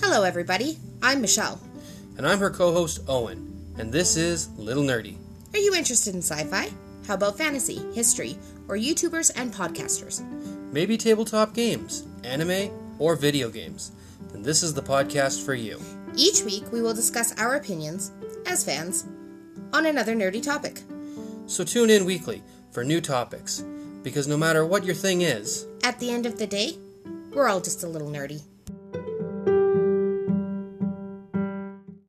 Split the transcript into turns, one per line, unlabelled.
Hello, everybody. I'm Michelle.
And I'm her co host, Owen. And this is Little Nerdy.
Are you interested in sci fi? How about fantasy, history, or YouTubers and podcasters?
Maybe tabletop games, anime, or video games. Then this is the podcast for you.
Each week, we will discuss our opinions, as fans, on another nerdy topic.
So tune in weekly for new topics. Because no matter what your thing is,
At the end of the day, we're all just a little nerdy.